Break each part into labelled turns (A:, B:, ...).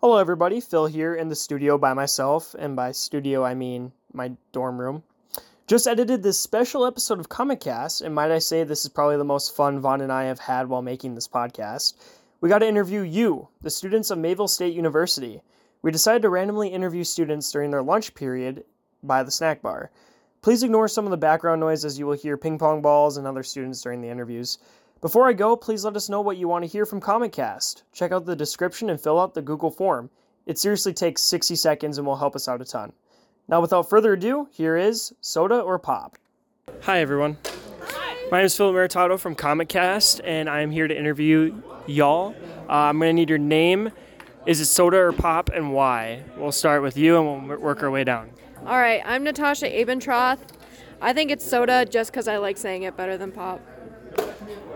A: Hello, everybody. Phil here in the studio by myself, and by studio I mean my dorm room. Just edited this special episode of Comic Cast, and might I say this is probably the most fun Vaughn and I have had while making this podcast. We got to interview you, the students of Mayville State University. We decided to randomly interview students during their lunch period by the snack bar. Please ignore some of the background noise as you will hear ping pong balls and other students during the interviews. Before I go, please let us know what you want to hear from Comic Cast. Check out the description and fill out the Google form. It seriously takes 60 seconds and will help us out a ton. Now, without further ado, here is Soda or Pop. Hi, everyone. My name is Phil Meritato from Comic Cast, and I'm here to interview y'all. Uh, I'm going to need your name. Is it Soda or Pop, and why? We'll start with you and we'll work our way down.
B: All right, I'm Natasha Abentroth. I think it's soda just because I like saying it better than pop.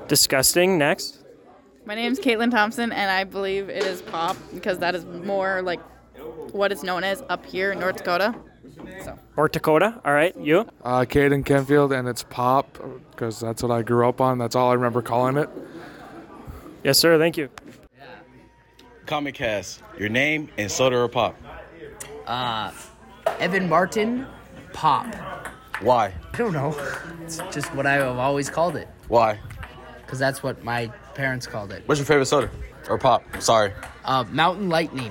A: Disgusting. Next.
C: My name's Caitlin Thompson, and I believe it is pop because that is more like what it's known as up here in North Dakota.
A: North Dakota. All right, you.
D: Uh, Caden Kenfield, and it's pop because that's what I grew up on. That's all I remember calling it.
A: Yes, sir. Thank you.
E: Comic Cast, your name and soda or pop.
F: Evan Martin, pop.
E: Why?
F: I don't know. It's just what I have always called it,
E: Why?
F: because that's what my parents called it.
E: What's your favorite soda or pop? I'm sorry.
F: Uh, Mountain Lightning.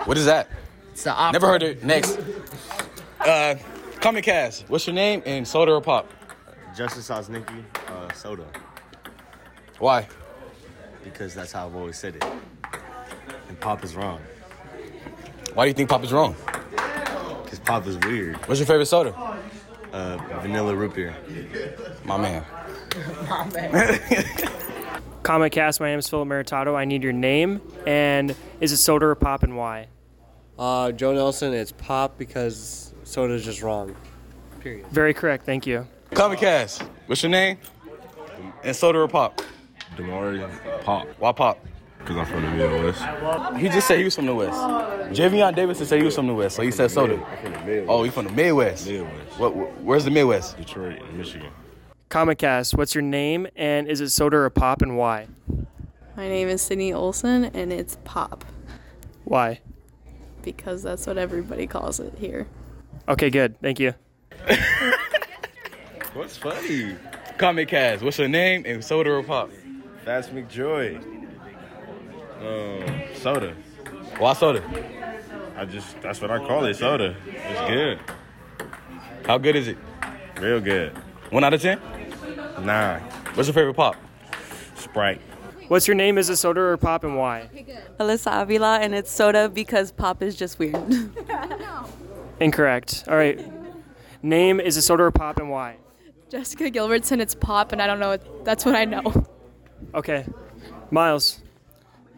E: What is that?
F: It's the opera.
E: Never heard it. Next. Uh, Comic Cast, what's your name and soda or pop?
G: Justin Sosnicki, uh, soda,
E: Why?
G: because that's how I've always said it. And pop is wrong,
E: Why do you think pop is wrong?
G: because pop is weird.
E: What's your favorite soda?
G: Uh, vanilla root beer.
E: My man.
A: Comic Cast. My name is Philip Meritato. I need your name. And is it soda or pop and why?
H: Uh, Joe Nelson, it's pop because soda's just wrong. Period.
A: Very correct. Thank you.
E: Comic Cast, what's your name and soda or pop?
G: Demari, pop,
E: Why pop?
G: because I'm from the Midwest.
E: He just said he was from the West. Javion Davidson said he was from the West, so he said soda.
G: from the Midwest.
E: Oh, he from the Midwest.
G: Midwest.
E: What, wh- where's the Midwest?
G: Detroit, and Michigan.
A: Comic Cast. What's your name? And is it soda or pop and why?
I: My name is Sydney Olson, and it's pop
A: Why?
I: because that's what everybody calls it here.
A: Okay, good. Thank you.
E: What's funny? Comic Cast, what's your name and soda or pop?
G: Fast McJoy. Um, soda.
E: Why soda?
G: I just, that's what I call it, soda. It's good.
E: How good is it?
G: Real good.
E: One out of ten.
G: Nah,
E: What's your favorite pop?
G: Sprite.
A: What's your name? Is it soda or pop and why?
I: Alyssa Avila, and it's soda because pop is just weird.
A: Incorrect. All right. Name is it soda or pop and why?
I: Jessica Gilbertson, it's pop, and I don't know. That's what I know.
A: Okay. Miles.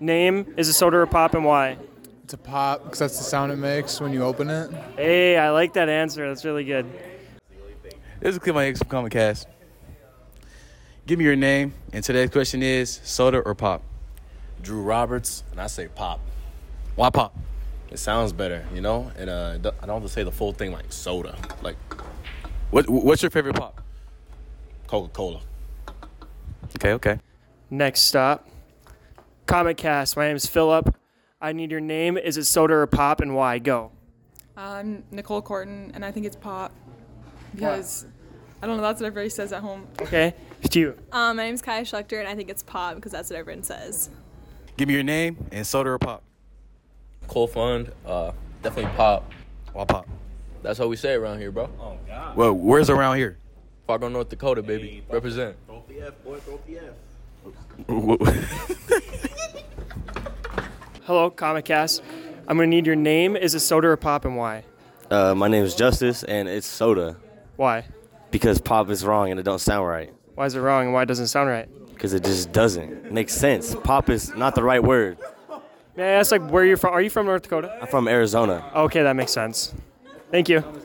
A: Name is it soda or pop and why?
J: It's a pop because that's the sound it makes when you open it.
A: Hey, I like that answer. That's really good.
E: This is Clip My X from Comic Cast. Give me your name, and today's question is soda or pop?
K: Drew Roberts, and I say pop.
E: Why pop?
K: It sounds better, you know? And uh, th- I don't have to say the full thing like soda, like
E: What, what's your favorite pop?
K: Coca Cola.
E: Okay, okay.
A: Next stop. Comic Cast. My name is Philip. I need your name. Is it soda or pop and why? Go.
C: I'm Nicole Corton, and I think it's pop because I don't know, that's what everybody says at home.
A: Okay. It's you.
I: Um, my name's Kai Schlechter, and I think it's pop because that's what everyone says.
E: Give me your name and soda or pop?
K: Coal Fund, uh, definitely pop.
E: Why pop?
K: That's how we say it around here, bro. Oh.
E: Well, where's around here?
K: Fargo, North Dakota, baby. Represent.
A: Hello, Comic Cast. I'm gonna need your name. Is it soda or pop and why?
L: Uh, my name is Justice, and it's soda
A: Why?
L: because pop is wrong and it don't sound right
A: Why is it wrong and why doesn't it sound right?
L: because it just doesn't make sense. Pop is not the right word.
A: May I ask like where you're from? Are you from North Dakota?
L: I'm from Arizona.
A: Okay, that makes sense. Thank you.